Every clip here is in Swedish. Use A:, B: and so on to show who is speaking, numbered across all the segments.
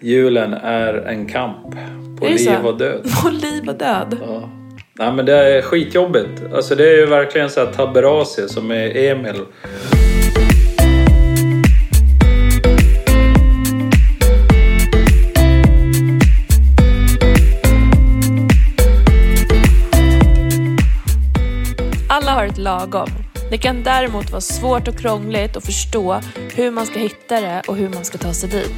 A: Julen är en kamp på
B: Är det
A: liv
B: så?
A: och död.
B: På liv och död.
A: Ja. Nej men det är skitjobbigt. Alltså det är ju verkligen så här taberase som är Emil.
B: Alla har ett lagom. Det kan däremot vara svårt och krångligt att förstå hur man ska hitta det och hur man ska ta sig dit.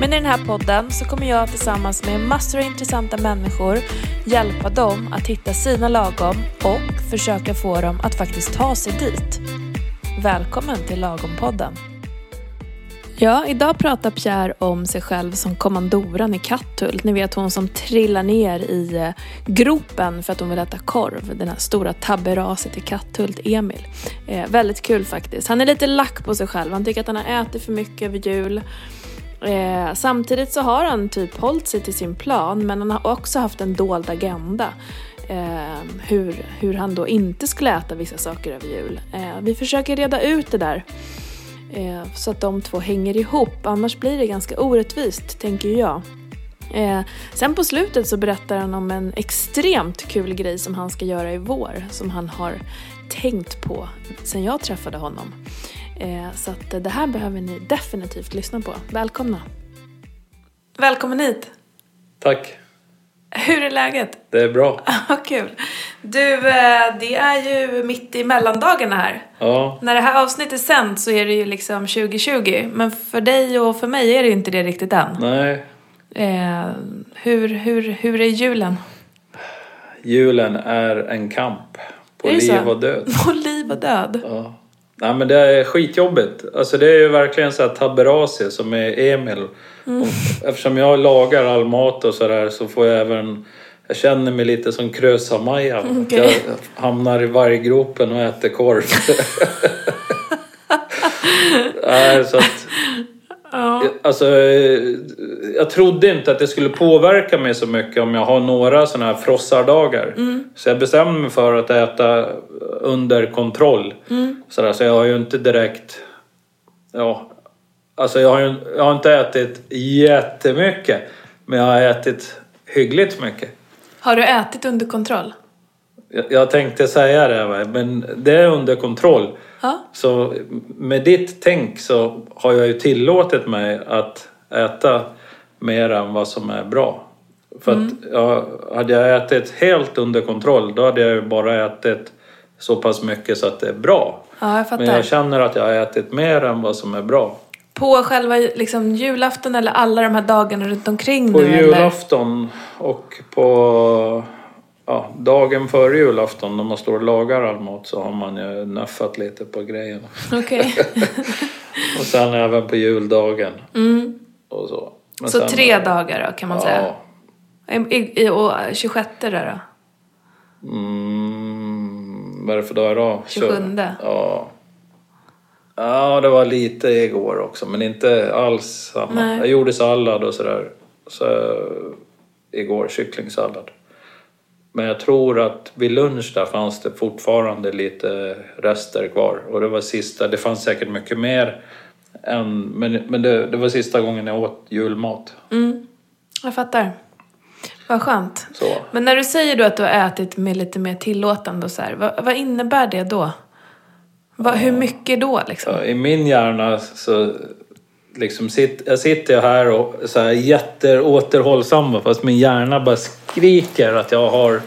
B: Men i den här podden så kommer jag tillsammans med massor av intressanta människor hjälpa dem att hitta sina lagom och försöka få dem att faktiskt ta sig dit. Välkommen till Lagom-podden. Ja, idag pratar Pierre om sig själv som kommandoran i Katthult. Ni vet hon som trillar ner i eh, gropen för att hon vill äta korv. Den här stora tabberaset i Katthult, Emil. Eh, väldigt kul faktiskt. Han är lite lack på sig själv. Han tycker att han har ätit för mycket över jul. Eh, samtidigt så har han typ hållit sig till sin plan men han har också haft en dold agenda. Eh, hur, hur han då inte skulle äta vissa saker över jul. Eh, vi försöker reda ut det där. Eh, så att de två hänger ihop, annars blir det ganska orättvist, tänker jag. Eh, sen på slutet så berättar han om en extremt kul grej som han ska göra i vår, som han har tänkt på sen jag träffade honom. Eh, så att eh, det här behöver ni definitivt lyssna på. Välkomna! Välkommen hit!
A: Tack,
B: Hur är läget?
A: det är bra.
B: Vad kul! Du, eh, det är ju mitt i mellandagarna här.
A: Ja,
B: När det här avsnittet sänds så är det ju liksom 2020, men för dig och för mig är det ju inte det riktigt än.
A: nej.
B: Eh, hur, hur, hur är julen?
A: Julen är en kamp på
B: Är det
A: liv
B: så?
A: och död.
B: På liv och död.
A: Ja. Nej men det är skitjobbigt. Alltså det är ju verkligen så här taberase som är Emil. Och Eftersom jag lagar all mat och sådär så får jag även... Jag känner mig lite som Krösa-Maja. Att
B: Okej.
A: Jag hamnar i varggropen och äter korv. Nej, så att,
B: Ja.
A: alltså, eh, jag trodde inte att det skulle påverka mig så mycket om jag har några sådana här frossardagar.
B: Mm.
A: Så jag bestämde mig för att äta under kontroll.
B: Mm.
A: Sådär, så jag har ju inte direkt... Ja, alltså jag har, ju, jag har inte ätit jättemycket. Men jag har ätit hyggligt mycket.
B: Har du ätit under kontroll?
A: Jag, jag tänkte säga det, va, men det är under kontroll.
B: Ja.
A: Så med ditt tänk så har jag ju tillåtit mig att äta mer än vad som är bra. För
B: Mm.
A: att jag, hade jag ätit helt under kontroll då hade jag ju bara ätit så pass mycket så att det är bra.
B: Ja, jag
A: Men
B: fattar.
A: jag känner att jag har ätit mer än vad som är bra.
B: På själva liksom, julafton eller alla de här dagarna runt omkring
A: På
B: nu? Eller?
A: julafton och på ja, dagen före julafton när man står och lagar all mat så har man ju nöffat lite på grejerna.
B: Okej.
A: Och sen även på juldagen.
B: Mm.
A: Och så. Men
B: Så
A: sen-
B: tre dagar då, kan man säga.
A: Ja.
B: I, i, och 26 då? då?
A: Mm, vad är det för dag idag?
B: 27.
A: Så- Ja. Ja, det var lite igår också, men inte alls samma.
B: Nej.
A: Jag gjorde sallad och sådär. Så, igår, kycklingsallad. Men jag tror att vid lunch där fanns det fortfarande lite rester kvar. Och det var sista, det fanns säkert mycket mer. Än, men men det, det var sista gången jag åt julmat.
B: Mm. Jag fattar. Vad skönt.
A: Så.
B: Men när du säger då att du har ätit med lite mer tillåtande och så här, vad, vad innebär det då? Vad, hur mycket då liksom?
A: Ja, I min hjärna så liksom sit, jag sitter jag här och så här jätteåterhållsam va, fast min hjärna bara skriker att jag har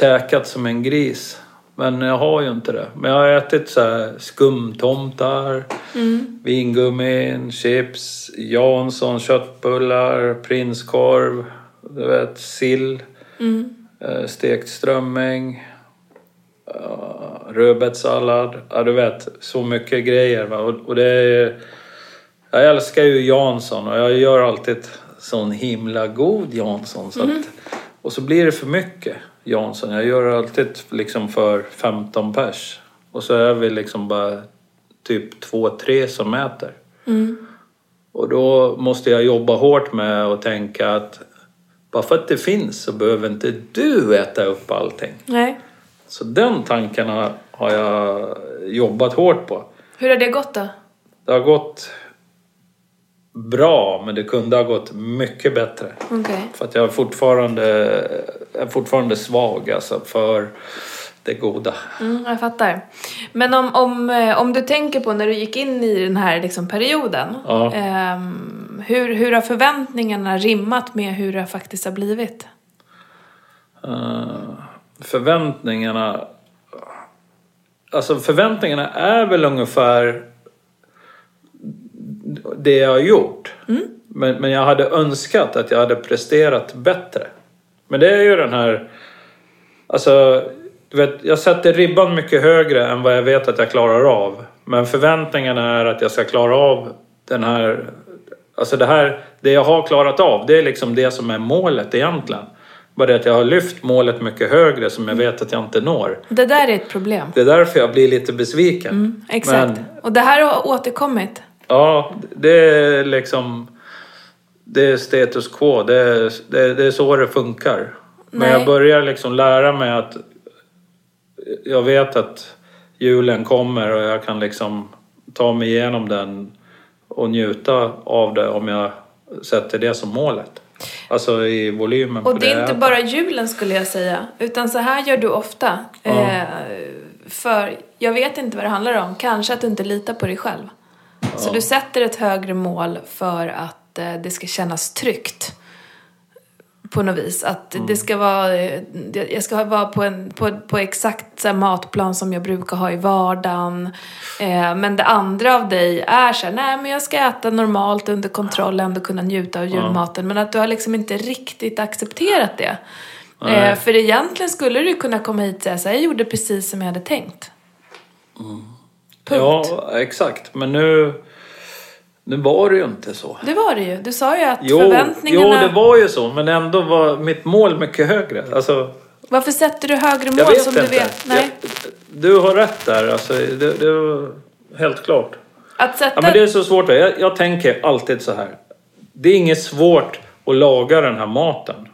A: käkat som en gris. Men jag har ju inte det. Men jag har ätit så här skumtomtar, vingummin, chips, Jansson, köttbullar, prinskorv, du vet, sill, eh, stekt strömming. Ja, Eh, rödbetssallad. Ja, du vet, så mycket grejer. Va? Och, och det är, jag älskar ju Jansson och jag gör alltid ett sån himla god Jansson. Så att, och så blir det för mycket Jansson. Jag gör alltid liksom för 15 pers. Och så är vi liksom bara typ två, tre som äter. Och då måste jag jobba hårt med att tänka att bara för att det finns så behöver inte du äta upp allting.
B: Nej.
A: Så den tanken har, har jag jobbat hårt på.
B: Hur har det gått då?
A: Det har gått bra, men det kunde ha gått mycket bättre.
B: Okej.
A: För att jag är fortfarande, är fortfarande svag alltså för det goda.
B: Mm, jag fattar. Men om, om, eh, om du tänker på när du gick in i den här liksom perioden.
A: Ja.
B: ehm, hur, hur har förväntningarna rimmat med hur det faktiskt har blivit?
A: Eh, förväntningarna... Alltså förväntningarna är väl ungefär det jag har gjort. Men, men jag hade önskat att jag hade presterat bättre. Men det är ju den här... Alltså, du vet, jag sätter ribban mycket högre än vad jag vet att jag klarar av. Men förväntningarna är att jag ska klara av den här... Alltså det här, det jag har klarat av, det är liksom det som är målet egentligen. Bara det att jag har lyft målet mycket högre som jag vet att jag inte når.
B: Det där är ett problem.
A: Det är därför jag blir lite besviken.
B: Mm, exakt.
A: Men-
B: Och det här har återkommit.
A: Ja, det är liksom... Det är status quo. Det är, det är, det är så det funkar. Men
B: Nej.
A: jag börjar liksom lära mig att... Jag vet att julen kommer och jag kan liksom ta mig igenom den och njuta av det om jag sätter det som målet. Alltså i volymen på
B: Och det är
A: jag
B: inte
A: äter.
B: bara julen skulle jag säga. Utan så här gör du ofta. Eh, för jag vet inte vad det handlar om. Kanske att du inte litar på dig själv. Så du sätter ett högre mål för att eh, det ska kännas tryggt. På något vis. Att det ska vara... eh, Jag ska vara på, en, på, på exakt så här matplan som jag brukar ha i vardagen. Eh, men det andra av dig är så här, nej men jag ska äta normalt under kontroll och ändå kunna njuta av julmaten. Men att du har liksom inte riktigt accepterat det. Eh, för egentligen skulle du kunna komma hit och säga så här, jag gjorde precis som jag hade tänkt. Punkt.
A: Ja, exakt. Men nu... Nu var det ju inte så.
B: Det var det ju. Du sa ju att
A: Jo,
B: förväntningarna...
A: jo, det var ju så. Men ändå var mitt mål mycket högre. Alltså,
B: Varför sätter du högre
A: Jag
B: mål
A: vet
B: som
A: inte.
B: du vet? Nej.
A: Jag, du har rätt där. Alltså, det, det var helt klart.
B: Att sätta...
A: Ja, men det är så svårt. Jag, jag tänker alltid så här. Det är inget svårt att laga den här maten.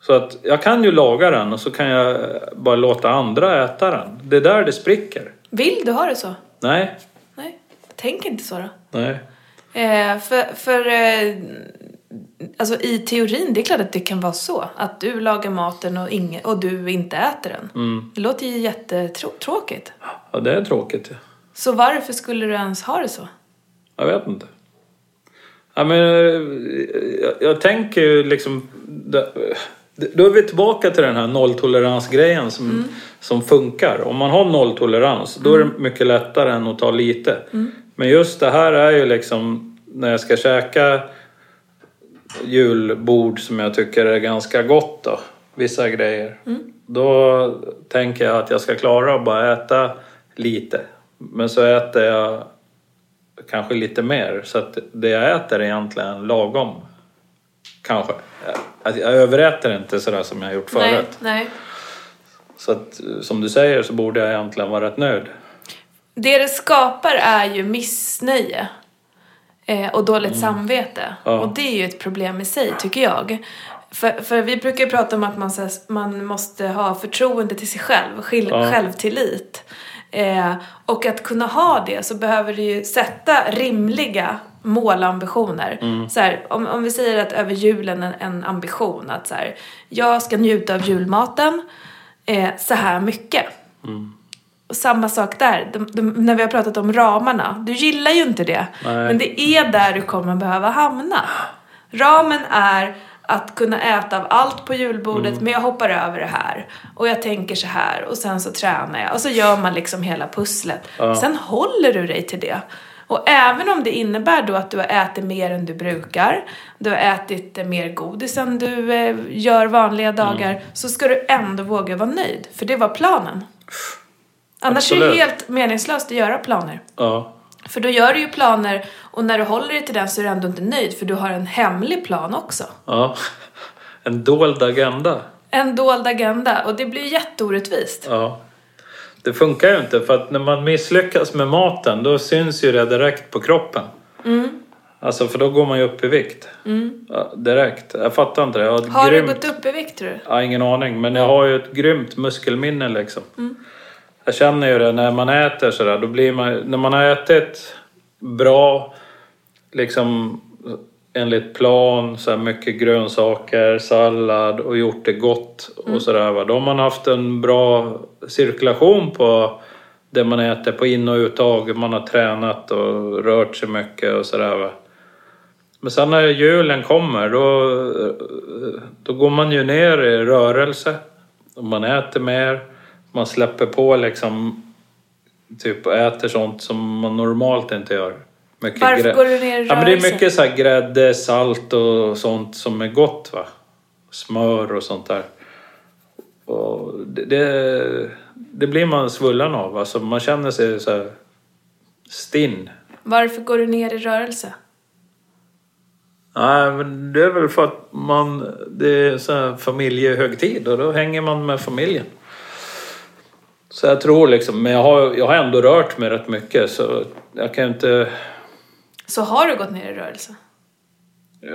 A: Så att jag kan ju laga den och så kan jag bara låta andra äta den. Det är där det spricker.
B: Vill du ha det så?
A: Nej,
B: Nej. Tänk inte så då.
A: nej.
B: Eh, för för eh, alltså, i teorin, det är klart att det kan vara så. Att du lagar maten och, inge, och du inte äter den.
A: Mm.
B: Det låter ju jättetråkigt.
A: Ja, det är tråkigt.
B: Så varför skulle du ens ha det så?
A: Jag vet inte. Ja, men, eh, jag, jag tänker ju liksom... det- det- Då är vi tillbaka till den här nolltoleransgrejen som, som funkar. Om man har nolltolerans då är det mycket lättare än att ta lite. Men just det här är ju liksom när jag ska käka julbord som jag tycker är ganska gott då. Vissa grejer. Då tänker jag att jag ska klara att bara äta lite. Men så äter jag kanske lite mer. Så att det jag äter är egentligen lagom. Kanske. Att jag överäter inte sådär som jag har gjort
B: Nej,
A: förut.
B: nej.
A: Så att som du säger så borde jag egentligen vara rätt nöjd.
B: Det det skapar är ju missnöje. Eh, och dåligt samvete.
A: Mm. Ja.
B: Och det är ju ett problem i sig, tycker jag. För, för vi brukar ju prata om att man, så här, man måste ha förtroende till sig själv, skil,
A: Ja.
B: självtillit. Eh, och att kunna ha det så behöver du ju sätta rimliga målambitioner.
A: Mm.
B: Så här, om, om vi säger att över julen en, en ambition att så här, jag ska njuta av julmaten eh, så här mycket. Och samma sak där, de, de, när vi har pratat om ramarna. Du gillar ju inte det.
A: Nej.
B: Men det är där du kommer behöva hamna. Ramen är att kunna äta av allt på julbordet, men jag hoppar över det här. Och jag tänker så här, och sen så tränar jag. Och så gör man liksom hela pusslet. Sen håller du dig till det. Och även om det innebär då att du har ätit mer än du brukar, du har ätit eh, mer godis än du eh, gör vanliga dagar, så ska du ändå våga vara nöjd. För det var planen. Annars är det
A: Absolut.
B: helt meningslöst att göra planer.
A: Ja.
B: För då gör du ju planer och när du håller dig till den så är du ändå inte nöjd för du har en hemlig plan också.
A: ja. En dold agenda.
B: En dold agenda och det blir jätteorättvist.
A: Ja. Det funkar ju inte för att när man misslyckas med maten då syns ju det direkt på kroppen.
B: Mm.
A: Alltså för då går man ju upp i vikt. Ja, direkt. Jag fattar inte det. Jag har, ett
B: Har
A: grymt...
B: du gått upp i vikt tror du?
A: Ja, ingen aning. Men jag har ju ett grymt muskelminne liksom. Jag känner ju det när man äter sådär. Då blir man, när man har ätit bra, liksom enligt plan, så här mycket grönsaker, sallad och gjort det gott och sådär. va. Då har man haft en bra cirkulation på det man äter på in och uttag. Man har tränat och rört sig mycket och sådär. va. Men sen när julen kommer då, då går man ju ner i rörelse. Och man äter mer. Man släpper på liksom typ och äter sånt som man normalt inte gör. Mycket
B: Varför
A: grä-
B: går du ner i
A: Ja, men det är
B: rörelse?
A: mycket så här grädde, salt och sånt som är gott va. Smör och sånt där. Och det, det, det blir man svullen av. Alltså man känner sig så här stinn.
B: Varför går du ner i rörelse?
A: Nej, men det är väl för att man, det är så här familjehögtid och då hänger man med familjen. Så jag tror liksom, men jag har, jag har ändå rört mig rätt mycket så jag kan ju inte,
B: Så har du gått ner i rörelse?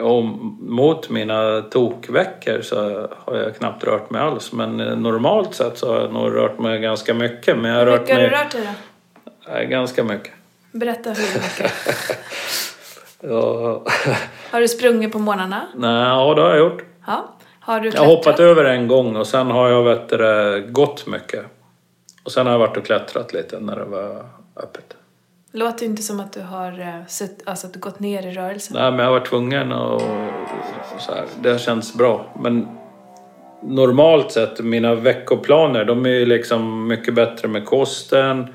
A: om, mot mina tokveckor så har jag knappt rört mig alls. Men eh, normalt sett så har jag nog rört mig ganska mycket. Men jag har
B: Hur
A: rört
B: mycket har du
A: mig
B: rört dig då?
A: Nej, ganska mycket.
B: Berätta hur mycket.
A: Ja,
B: Har du sprungit på morgnarna?
A: nej, ja, det har jag gjort.
B: Ja. Har du
A: Jag har
B: klättrat?
A: hoppat över en gång och sen har jag vet du, det, gått mycket. Och sen har jag varit och klättrat lite när det var öppet.
B: Låter ju inte som att du har eh, sutt- alltså, att du gått ner i rörelsen.
A: Nej, men jag var tvungen och så här. Det har känts bra. Men normalt sett, mina veckoplaner, de är ju liksom mycket bättre med kosten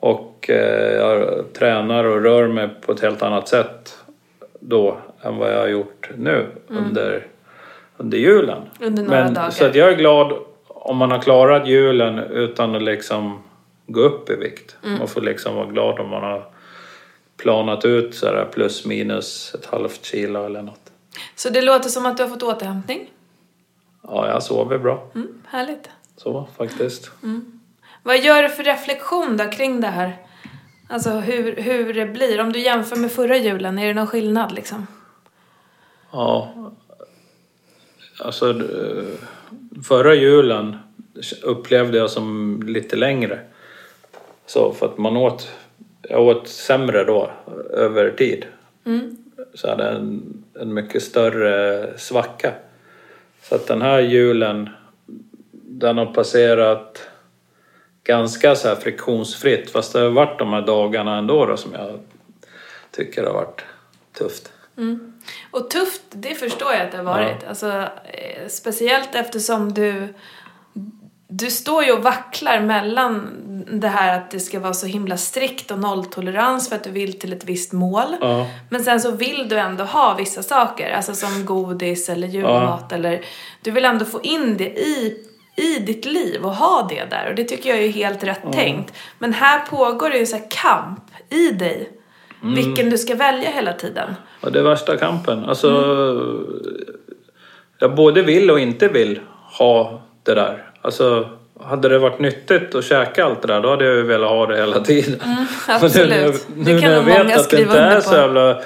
A: och eh, jag tränar och rör mig på ett helt annat sätt då än vad jag har gjort nu under, under julen.
B: Mm. Under några
A: men,
B: dagar.
A: Så att jag är glad om man har klarat julen utan att liksom gå upp i vikt.
B: Mm.
A: Man får liksom vara glad om man har planat ut så här plus minus ett halvt kilo eller något.
B: Så det låter som att du har fått återhämtning.
A: Ja, jag sover bra.
B: Mm, härligt.
A: Så faktiskt.
B: Vad gör du för reflektion då kring det här? Alltså hur, hur det blir. Om du jämför med förra julen, är det någon skillnad liksom?
A: Ja. Alltså, eh, förra julen upplevde jag som lite längre. Så, för att man åt... Jag åt sämre då, över tid. Så jag hade en, en mycket större svacka. Så att den här julen, den har passerat ganska så här friktionsfritt. Fast det har varit de här dagarna ändå då som jag tycker har varit tufft.
B: Och tufft, det förstår jag att det har varit. Alltså, eh, speciellt eftersom du... Du står ju och vacklar mellan det här att det ska vara så himla strikt och nolltolerans för att du vill till ett visst mål.
A: Ja.
B: Men sen så vill du ändå ha vissa saker, alltså som godis eller julmat eller... Du vill ändå få in det i, i ditt liv och ha det där och det tycker jag är helt rätt tänkt. Men här pågår det ju så här kamp i dig, vilken du ska välja hela tiden.
A: Ja, det är värsta kampen. Alltså, Jag både vill och inte vill ha det där. Alltså, hade det varit nyttigt att käka allt det där, då hade jag ju velat ha det hela tiden. Men
B: Mm,
A: nu
B: absolut.
A: när jag,
B: Det
A: nu
B: kan
A: när jag
B: nog många
A: vet att det
B: skriva
A: inte
B: under
A: är
B: på.
A: så jävla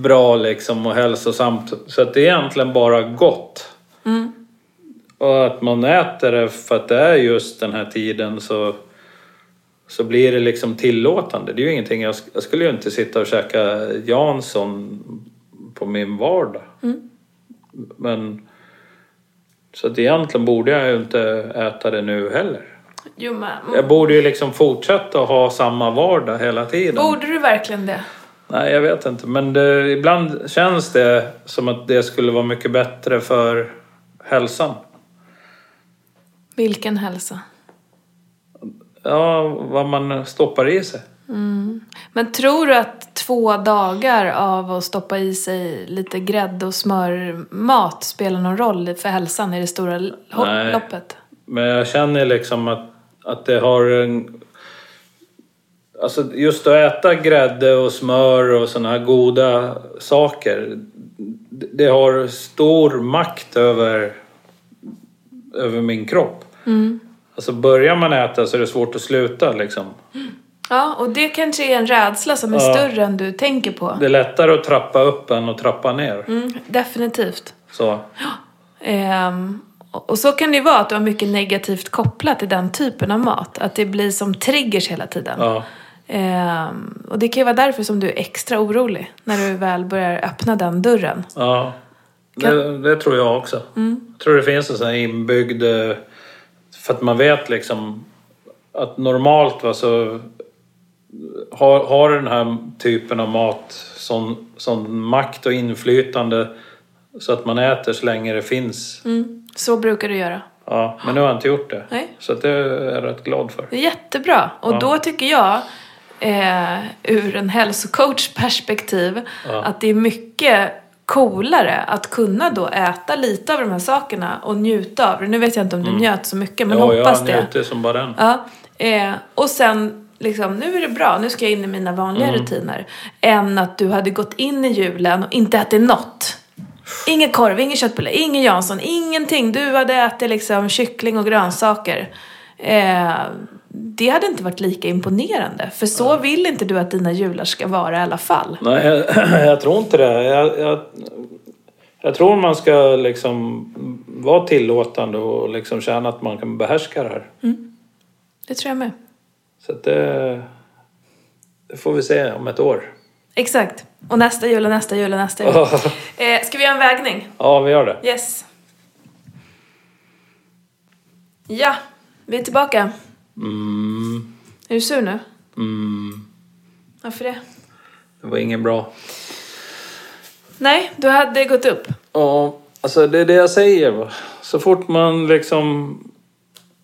A: bra liksom och hälsosamt, så att det är egentligen bara gott.
B: Mm.
A: Och att man äter det för att det är just den här tiden så så blir det liksom tillåtande. Det är ju ingenting, jag, sk- jag skulle ju inte sitta och käka Jansson på min vardag. Men, så att egentligen borde jag ju inte äta det nu heller.
B: Jo, men
A: Jag borde ju liksom fortsätta att ha samma vardag hela tiden.
B: borde du verkligen det?
A: Nej, jag vet inte. Men det, ibland känns det som att det skulle vara mycket bättre för hälsan.
B: Vilken hälsa.
A: Ja, vad man stoppar i sig.
B: Men tror du att två dagar av att stoppa i sig lite grädde och smörmat spelar någon roll för hälsan i det stora l- ho-
A: Nej.
B: loppet?
A: Men jag känner liksom att, att det har en... Alltså just att äta grädde och smör och såna här goda saker. Det det har stor makt över, över min kropp. Alltså börjar man äta så är det svårt att sluta liksom.
B: Ja, och det kanske är en rädsla som är
A: Ja.
B: större än du tänker på.
A: Det är lättare att trappa upp än att trappa ner.
B: Mm, definitivt.
A: Så.
B: Ehm, och och så kan det ju vara att du har mycket negativt kopplat till den typen av mat. Att det blir som triggers hela tiden.
A: Ja.
B: Ehm, och det kan ju vara därför som du är extra orolig när du väl börjar öppna den dörren.
A: Ja, det, det tror jag också.
B: Mm.
A: Jag tror det finns en sån här inbyggd... eh, För att man vet liksom att normalt va, så eh, har, har den här typen av mat sån, sån makt och inflytande så att man äter så länge det finns.
B: Mm. Så brukar du göra.
A: Ja, men nu har jag inte gjort det.
B: Nej.
A: Så att det är jag rätt glad för.
B: Det är jättebra. Och då tycker jag, eh, ur en hälsocoach perspektiv, att det är mycket coolare att kunna då äta lite av de här sakerna och njuta av det. Nu vet jag inte om du njöt så mycket, men
A: Mm. ja,
B: hoppas
A: jag
B: det.
A: njuter som bara den.
B: Ja, eh, och sen liksom, nu är det bra, nu ska jag in i mina vanliga rutiner. Än att du hade gått in i julen och inte ätit något. Ingen korv, ingen köttbulle, ingen Jansson, ingenting. Du hade ätit liksom kyckling och grönsaker. Eh, det hade inte varit lika imponerande. För så vill inte du att dina jular ska vara i alla fall.
A: Nej, jag, jag tror inte det. Jag, jag, jag tror man ska liksom vara tillåtande och liksom känna att man kan behärska det här.
B: Det tror jag med.
A: Så att det, det får vi se om ett år.
B: Exakt. Och nästa jul och nästa jul och nästa jul. Eh, ska vi göra en vägning?
A: Ja, vi gör det.
B: Yes. Ja, vi är tillbaka.
A: Mm,
B: Är du sur nu?
A: mm,
B: Varför det?
A: det var inget bra.
B: Nej, du hade gått upp.
A: Ja, alltså det är det jag säger. Va? Så fort man liksom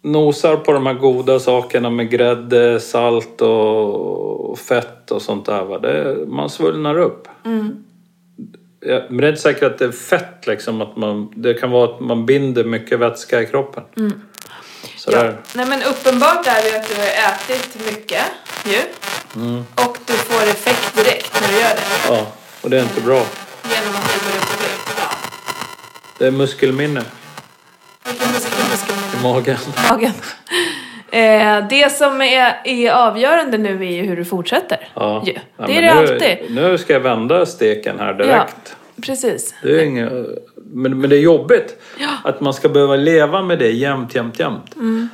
A: nosar på de här goda sakerna med grädde, salt och fett och sånt där. Va? Det, man svullnar upp.
B: Mm.
A: Ja, men det är inte säkert att det är fett liksom. Att man, det kan vara att man binder mycket vätska i kroppen.
B: Mm.
A: Sådär.
B: Nej men uppenbart är det att du har ätit mycket ju.
A: Mm.
B: Och du får effekt direkt när du gör det.
A: Ja. och det är inte bra.
B: Genom att du går upp och upp. Ja.
A: Det är muskelminne
B: Vilken muskel, muskel,
A: i magen.
B: magen. Eh, det som är, är avgörande nu är ju hur du fortsätter.
A: Ja.
B: Ju.
A: Ja,
B: det är
A: men
B: det
A: nu,
B: alltid.
A: Nu ska jag vända steken här direkt.
B: Ja, precis.
A: Det är inget, men, men det är jobbigt att man ska behöva leva med det jämt, jämt, jämt.
B: Mm.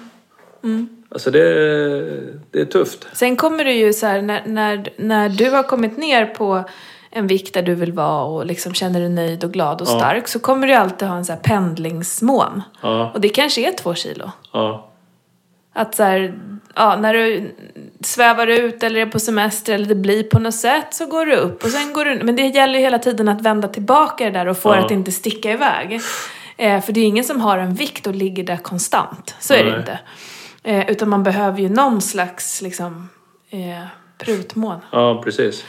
A: Alltså det, är- det är tufft.
B: Sen kommer du ju så här, när, när, när du har kommit ner på en vikt där du vill vara och liksom känner dig nöjd och glad och stark så kommer du alltid ha en så här pendlingsmån.
A: Ja,
B: Och det kanske är två kilo.
A: ja,
B: Att så här, ja, när du svävar ut eller är på semester eller det blir på något sätt så går du upp och sen går du Men det gäller ju hela tiden att vända tillbaka det där och få
A: Ja.
B: det att inte sticka iväg. Eh, för det är ju ingen som har en vikt och ligger där konstant. Så är det
A: Nej.
B: inte. Eh, utan man behöver ju någon slags liksom eh, prutmån.
A: ja precis.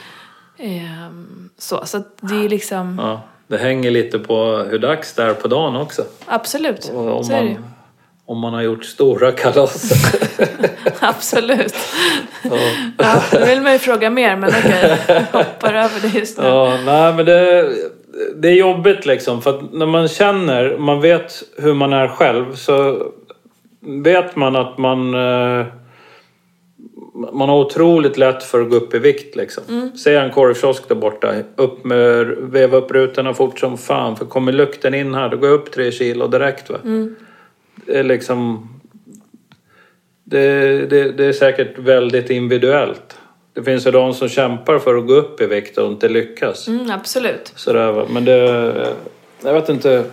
B: Eh, så, så att det är liksom,
A: Ja. Det hänger lite på hur dags det är på dagen också.
B: absolut.
A: Och Om
B: Så är det ju.
A: man, om man har gjort stora kalas.
B: Absolut. Ja, nu vill man ju fråga mer men okej, jag hoppar över det just nu.
A: Ja, nej men det, det är jobbigt liksom. För att när man känner, man vet hur man är själv så vet man att man... eh, Man har otroligt lätt för att gå upp i vikt liksom.
B: Mm.
A: Ser jag en korvkiosk där borta, upp med, veva upp rutorna fort som fan. För kommer lukten in här, då går jag upp tre kilo direkt va.
B: Mm.
A: Det är liksom... Det, det, det är säkert väldigt individuellt. Det finns ju de som kämpar för att gå upp i vikt och inte lyckas.
B: Mm, absolut.
A: Sådär, va. Men det... Jag vet inte.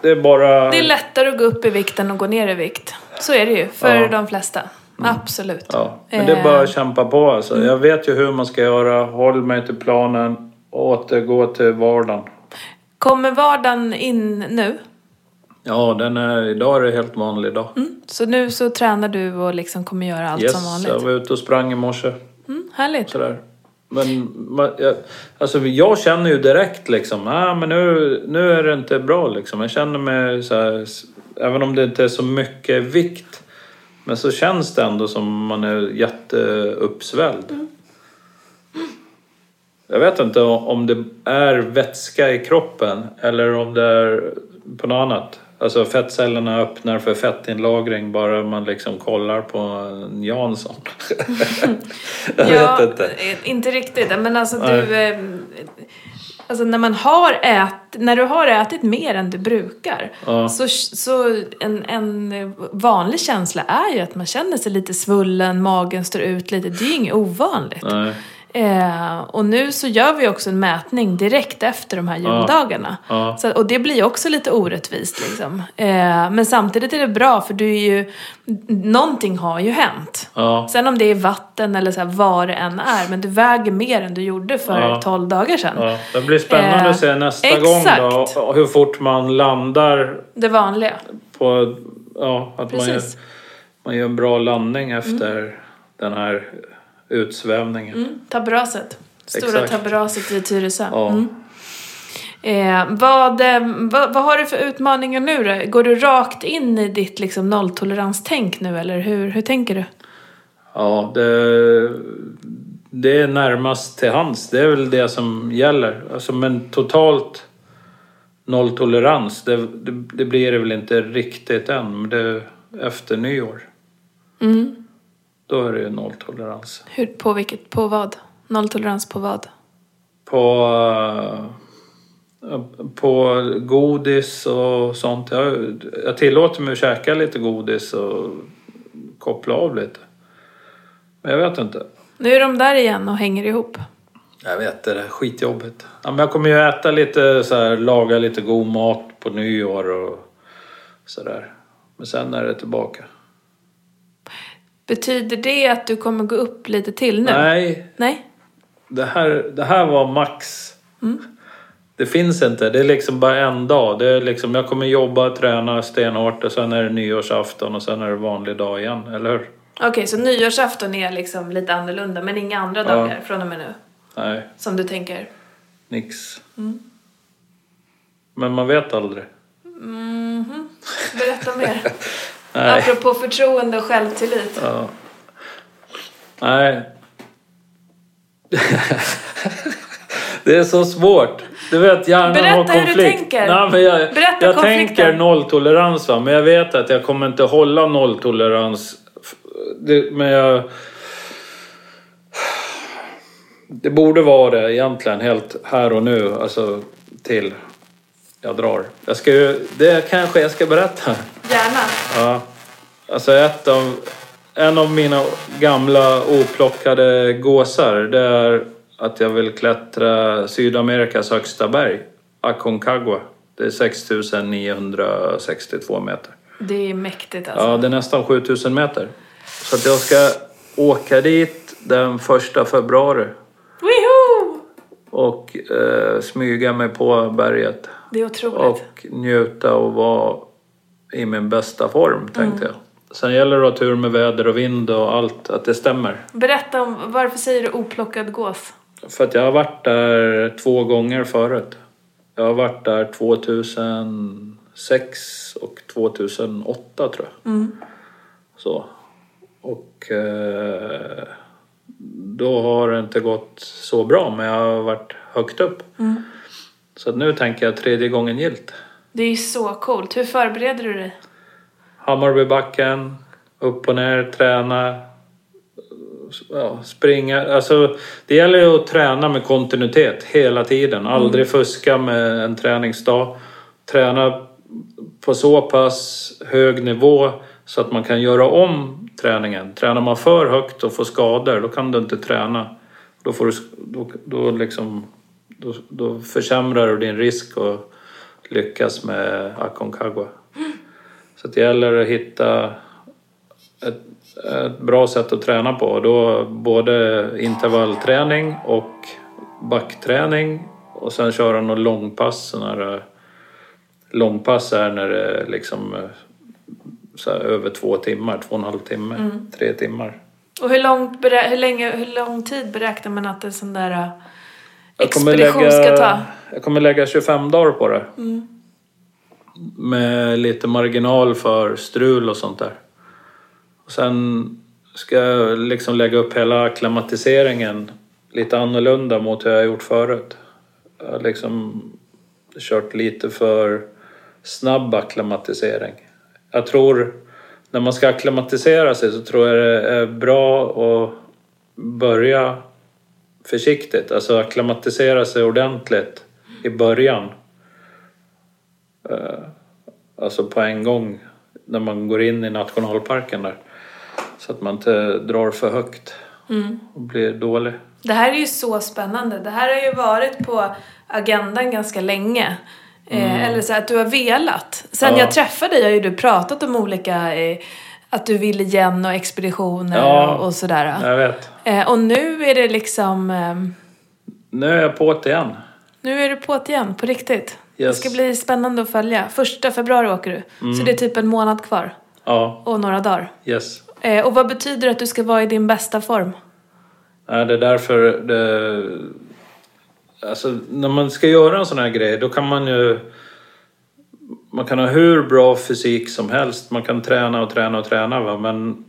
A: Det är bara...
B: Det är lättare att gå upp i vikt än att gå ner i vikt. Så är det ju för
A: Ja. Mm.
B: de flesta. Absolut.
A: Ja, men det är bara att
B: Eh.
A: kämpa på alltså.
B: Mm.
A: Jag vet ju hur man ska göra. Håll mig till planen. Återgå till vardagen.
B: Kommer vardagen in nu?
A: Ja, den är, idag är det helt vanlig dag.
B: Mm. Så nu så tränar du och liksom kommer göra allt som
A: yes, jag
B: vanligt?
A: var ute och sprang i morse.
B: Mm, härligt.
A: Sådär. Men man- jag, alltså jag känner ju direkt liksom, ah, men nu, nu är det inte bra liksom. Jag känner mig så här, s- även om det inte är så mycket vikt. Men så känns det ändå som man är jätteuppsvälld. Jag vet inte o- om det är vätska i kroppen eller om det är på något annat. Alltså fettcellerna öppnar för fettinlagring bara man liksom kollar på en Jansson. jag vet inte.
B: eh, Inte riktigt. Men alltså du... eh, Alltså när man har ätit, när du har ätit mer än du brukar
A: Ja.
B: så, så en, en vanlig känsla är ju att man känner sig lite svullen, magen står ut lite. Det är ju inget ovanligt.
A: Nej.
B: Eh, och nu så gör vi också en mätning direkt efter de här juldagarna.
A: Ja.
B: Så, och det blir ju också lite orättvist liksom. Eh, men samtidigt är det bra för du är ju, någonting har ju hänt.
A: Ja.
B: Sen om det är vatten eller så här, vad det än är, men du väger mer än du gjorde för
A: Ja.
B: 12 dagar sedan.
A: Ja, det blir spännande
B: Eh,
A: att se nästa
B: exakt.
A: gång då och hur fort man landar
B: Det vanliga.
A: på... Ja, att man gör,
B: Precis. Mm.
A: man gör en bra landning efter den här utsvävningen.
B: Mm. Tabraset. Stora
A: Exakt.
B: tabraset i Tyresö.
A: Ja.
B: Mm. Eh, vad, eh, vad, vad har du för utmaningar nu då? Går du rakt in i ditt liksom, nolltoleranstänk nu eller hur, hur tänker du?
A: Ja, det, det är närmast till hands. Det är väl det som gäller. Alltså, men totalt nolltolerans, det, det, det blir det väl inte riktigt än. Men det, efter nyår,
B: Mm.
A: då är det ju nolltolerans.
B: Hur, på vilket? På vad? Nolltolerans på vad?
A: På, eh, på godis och sånt. Jag, jag tillåter mig att käka lite godis och koppla av lite. Men jag vet inte.
B: Nu är de där igen och hänger ihop.
A: Jag vet, det är skitjobbigt. Ja, men jag kommer ju äta lite så här, laga lite god mat på nyår och sådär. Men sen är det tillbaka.
B: Betyder det att du kommer gå upp lite till nu?
A: Nej,
B: Nej?
A: det här, det här var max. Det finns inte. Det är liksom bara en dag. Det är liksom, jag kommer jobba, träna stenhårt och sen är det nyårsafton och sen är det vanlig dag igen, eller hur?
B: Okej, så nyårsafton är liksom lite annorlunda men inga andra dagar från och med nu?
A: Nej,
B: Som du tänker?
A: nix. Men man vet aldrig.
B: Berätta mer.
A: Nej.
B: Apropå förtroende och självtillit.
A: Ja. Nej. det är så svårt. Du vet, hjärnan
B: Berätta
A: har
B: hur du
A: konflikt.
B: tänker.
A: Nej, men jag
B: Berätta
A: jag
B: konflikten.
A: tänker nolltolerans, va? men jag vet att jag kommer inte hålla nolltolerans. F- Det, men jag... Det borde vara det egentligen, helt här och nu. Alltså, till jag drar. Jag ska ju... Det kanske jag ska berätta.
B: Gärna.
A: Ja. Alltså ett av, en av mina gamla oplockade gåsar det är att jag vill klättra Sydamerikas högsta berg, Aconcagua. Det är 6962 meter.
B: Det är mäktigt alltså.
A: Ja, det är nästan 7000 meter. Så att jag ska åka dit den första februari
B: Wihoo!
A: och eh, smyga mig på berget
B: Det är otroligt.
A: och njuta och vara i min bästa form, tänkte jag. Sen gäller det att ha tur med väder och vind och allt, att det stämmer.
B: Berätta om, varför säger du oplockad gås?
A: För att jag har varit där två gånger förut. Jag har varit där 2006 och 2008, tror jag. Så. Och eh, då har det inte gått så bra, men jag har varit högt upp. Så att nu tänker jag tredje gången gillt.
B: Det är ju så coolt. Hur förbereder du dig?
A: Hammarbybacken, upp och ner, träna, ja, springa. Alltså, det gäller ju att träna med kontinuitet hela tiden. Aldrig fuska med en träningsdag. Träna på så pass hög nivå så att man kan göra om träningen. Tränar man för högt och får skador, då kan du inte träna. Då, får du, då, då, liksom, då, då försämrar du din risk och lyckas med Aconcagua. Så att det gäller att hitta ett, ett bra sätt att träna på. Då både intervallträning och backträning och sen köra något långpass. sån här, eh, långpass är när det är liksom eh, så här, över två timmar, två och en halv timme,
B: Mm.
A: tre timmar.
B: Och hur, långt berä- hur, länge, hur lång tid beräknar man att en sån där eh,
A: Jag kommer,
B: expedition
A: lägga,
B: ska ta? Mm.
A: jag kommer lägga 25 dagar på det. Med lite marginal för strul och sånt där. Och sen ska jag liksom lägga upp hela klimatiseringen lite annorlunda mot hur jag har gjort förut. Jag har liksom kört lite för snabb akklimatisering. Jag tror, när man ska akklimatisera sig så tror jag det är bra att börja försiktigt. Alltså akklimatisera sig ordentligt i början. Eh, Alltså på en gång när man går in i nationalparken där. Så att man inte drar för högt och blir dålig.
B: Det här är ju så spännande. Det här har ju varit på agendan ganska länge. Eh, eller så här, att du har velat. Sen
A: Mm. Ja.
B: jag träffade dig har ju du pratat om olika, eh, att du vill igen och expeditioner
A: Ja.
B: och, och sådär.
A: Jag vet.
B: Eh, och nu är det liksom, eh,
A: Nu är jag på det igen.
B: nu är du på det igen på riktigt.
A: Yes. Mm.
B: Det ska bli spännande att följa. Första februari åker du. Så det är typ en månad kvar
A: Ja,
B: och några dagar.
A: yes.
B: Eh, och vad betyder att du ska vara i din bästa form?
A: Nej, det är därför det... Alltså, när man ska göra en sån här grej, då kan man ju... Man kan ha hur bra fysik som helst. Man kan träna och träna och träna, va? men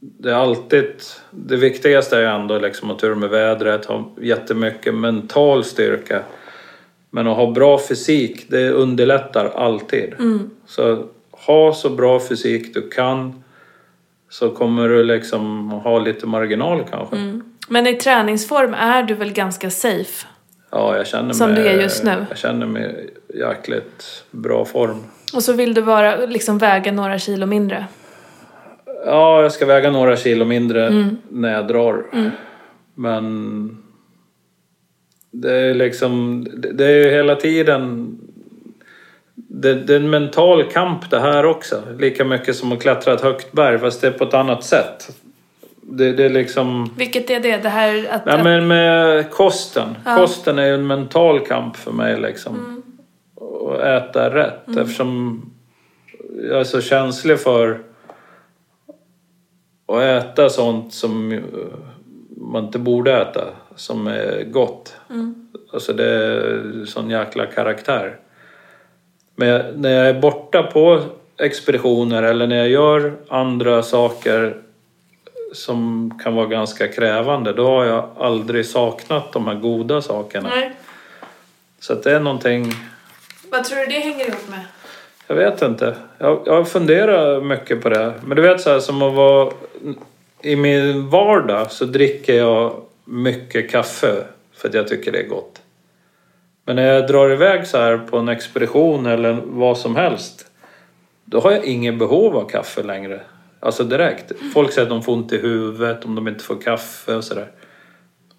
A: det är alltid... Det viktigaste är ju ändå liksom att ha tur med vädret, ha jättemycket mental styrka. Men att ha bra fysik, det underlättar alltid. Så ha så bra fysik du kan så kommer du liksom ha lite marginal kanske.
B: Men i träningsform är du väl ganska safe?
A: Ja, jag känner
B: Som
A: mig...
B: du är just nu.
A: Jag känner mig i jäkligt bra form.
B: Och så vill du vara, liksom väga några kilo mindre.
A: Ja, jag ska väga några kilo mindre
B: Mm.
A: när jag drar. Men... Det är liksom... det- Det är ju hela tiden... Det, det är en mental kamp det här också. Lika mycket som att klättra ett högt berg, fast det är på ett annat sätt. Det, det är liksom...
B: Vilket är det? Det här att...
A: Nej, men med kosten.
B: Ja. Mm.
A: Kosten är ju en mental kamp för mig liksom. Att äta rätt eftersom jag är så känslig för att äta sånt som eh, man inte borde äta, som är gott. Alltså det är sån jäkla karaktär. Men jag, när jag är borta på expeditioner eller när jag gör andra saker som kan vara ganska krävande, då har jag aldrig saknat de här goda sakerna.
B: Nej.
A: Så att det är någonting,
B: Vad tror du det hänger ihop med?
A: jag vet inte. Jag, jag funderar mycket på det. Men du vet så här som att vara, i min vardag så dricker jag mycket kaffe för att jag tycker det är gott. Men när jag drar iväg så här på en expedition eller vad som helst, då har jag inget behov av kaffe längre. Alltså direkt. Folk säger att de får ont i huvudet om de inte får kaffe och sådär.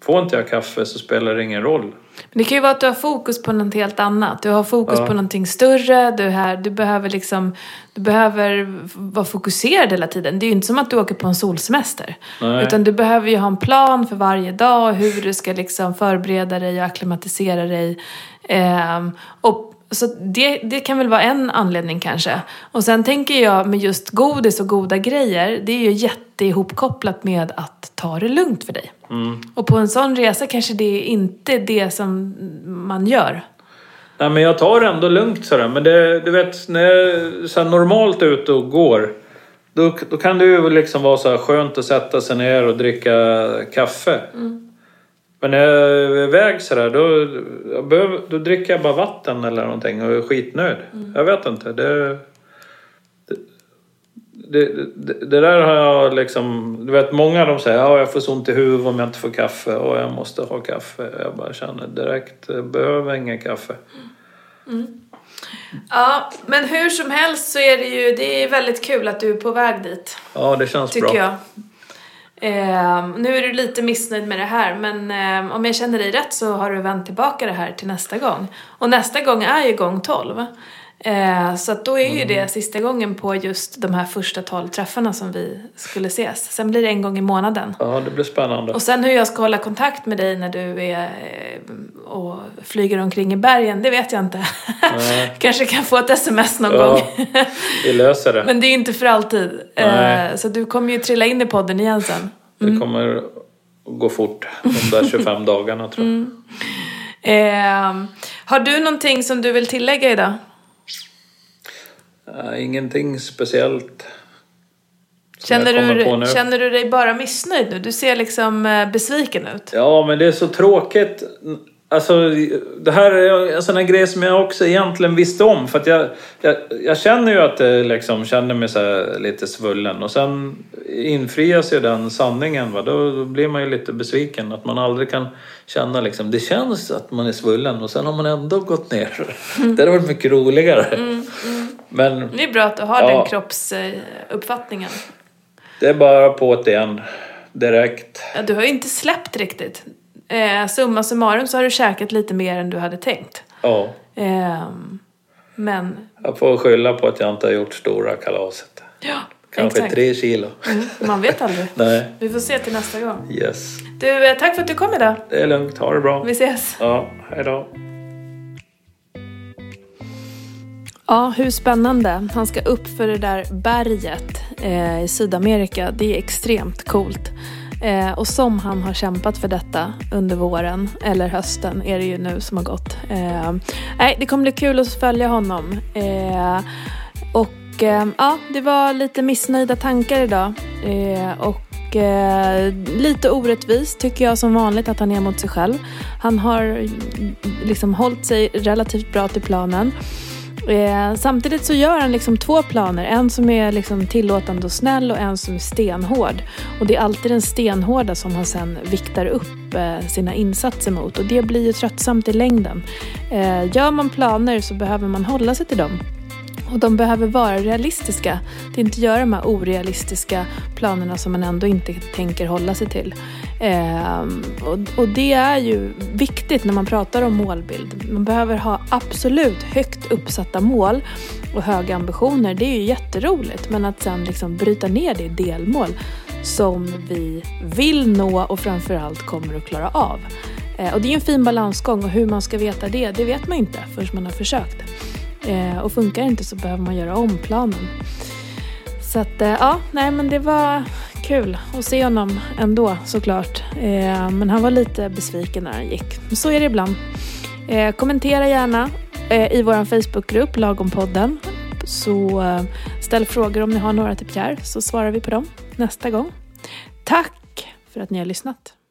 A: Får inte jag kaffe så spelar det ingen roll.
B: Men det kan ju vara att du har fokus på något helt annat. Du har fokus
A: Ja.
B: på någonting större. Du, är här, du behöver liksom... Du behöver f- vara fokuserad hela tiden. Det är ju inte som att du åker på en solsemester.
A: Nej.
B: Utan du behöver ju ha en plan för varje dag. Hur du ska liksom förbereda dig och akklimatisera dig. Ehm, och så det, det kan väl vara en anledning kanske. Och sen tänker jag med just godis och goda grejer, det är ju jätteihopkopplat med att ta det lugnt för dig. Och på en sån resa kanske det är inte det som man gör.
A: Nej men jag tar det ändå lugnt sådär. Men det, du vet, när jag är så här normalt ute och går. Då, då kan det ju liksom vara så här skönt att sätta sig ner och dricka kaffe. Men när jag är iväg sådär då, jag behöver, då dricker jag bara vatten eller någonting och är skitnöjd. Jag vet inte. Det, det, det, det där har jag liksom... Du vet många av dem säger ja jag får så ont i huvudet om jag inte får kaffe och jag måste ha kaffe. Jag bara känner direkt, jag behöver ingen kaffe.
B: Ja, men hur som helst så är det ju det är väldigt kul att du är på väg dit.
A: Ja, det känns
B: Tycker
A: bra.
B: jag. Ehm, nu är du lite missnöjd med det här men ehm, om jag känner dig rätt så har du vänt tillbaka det här till nästa gång. Och nästa gång är ju gång 12. Ehm, så att då är ju
A: Mm.
B: det sista gången på just de här första 12 träffarna som vi skulle ses. Sen blir det en gång i månaden.
A: Ja, det blir spännande.
B: Och sen hur jag ska hålla kontakt med dig när du är eh, och flyger omkring i bergen, det vet jag inte.
A: Nej.
B: Kanske kan få ett sms någon
A: Ja.
B: gång.
A: Vi löser det.
B: Men det är ju inte för alltid.
A: Nej.
B: Eh, Så du kommer ju trilla in i podden igen sen.
A: Det kommer att gå fort de
B: Mm.
A: där 25 dagarna tror jag.
B: Eh, har du någonting som du vill tillägga idag? Mm.
A: Nej, Äh, ingenting speciellt. som
B: Känner
A: jag kommer på
B: du,
A: nu.
B: känner du dig bara missnöjd nu? Du ser liksom eh, besviken ut.
A: Ja, men det är så tråkigt Alltså, det här är en sån här grej som jag också egentligen visste om. För att jag, jag, jag känner ju att jag liksom känner mig så här lite svullen. Och sen infrias ju den sanningen. Va? Då, då blir man ju lite besviken. Att man aldrig kan känna liksom, det känns att man är svullen och sen har man ändå gått ner. Det hade varit mycket roligare. Men
B: Det är bra att du har
A: Ja.
B: den kroppsuppfattningen.
A: det är bara på det igen. Direkt.
B: Ja, Du har ju inte släppt riktigt. Eh, summa summarum så har du käkat lite mer än du hade tänkt.
A: Ja.
B: Ehm, men,
A: Jag får skylla på att jag inte har gjort stora kalaset.
B: ja,
A: Kanske
B: exakt.
A: tre kilo.
B: Mm, man vet aldrig.
A: Nej.
B: Vi får se till nästa gång.
A: Yes.
B: Du, eh, tack för att du kom idag.
A: Det är lugnt. Ha det bra.
B: Vi ses.
A: Ja, hejdå.
B: Ja, hur spännande. Han ska upp för det där berget eh, i Sydamerika. Det är extremt coolt. Eh, och som han har kämpat för detta under våren, eller hösten är det ju nu som har gått. Eh, nej, det kommer bli kul att följa honom. Eh, och eh, ja, det var lite missnöjda tankar idag. Eh, och eh, lite orättvist tycker jag som vanligt att han är mot sig själv. Han har mm, liksom hållit sig relativt bra till planen. Eh, samtidigt så gör han liksom två planer. En som är liksom tillåtande och snäll och en som är stenhård. Och det är alltid den stenhårda som han sen viktar upp eh, sina insatser mot. Och det blir ju tröttsamt i längden. Eh, gör man planer så behöver man hålla sig till dem. Och de behöver vara realistiska. Det är inte göra de här orealistiska planerna som man ändå inte tänker hålla sig till. Ehm, och, och det är ju viktigt när man pratar om målbild. Man behöver ha absolut högt uppsatta mål och höga ambitioner. Det är ju jätteroligt. Men att sen liksom bryta ner det i delmål som vi vill nå och framförallt kommer att klara av. Eh, och det är ju en fin balansgång och hur man ska veta det, det vet man ju inte förrän man har försökt. Eh, och funkar det inte så behöver man göra om planen. Så att eh, ja, nej men det var kul att se honom ändå såklart. Eh, men han var lite besviken när han gick. Men så är det ibland. Eh, kommentera gärna eh, i vår Facebookgrupp Lagompodden. Så eh, ställ frågor om ni har några till Pierre så svarar vi på dem nästa gång. Tack för att ni har lyssnat.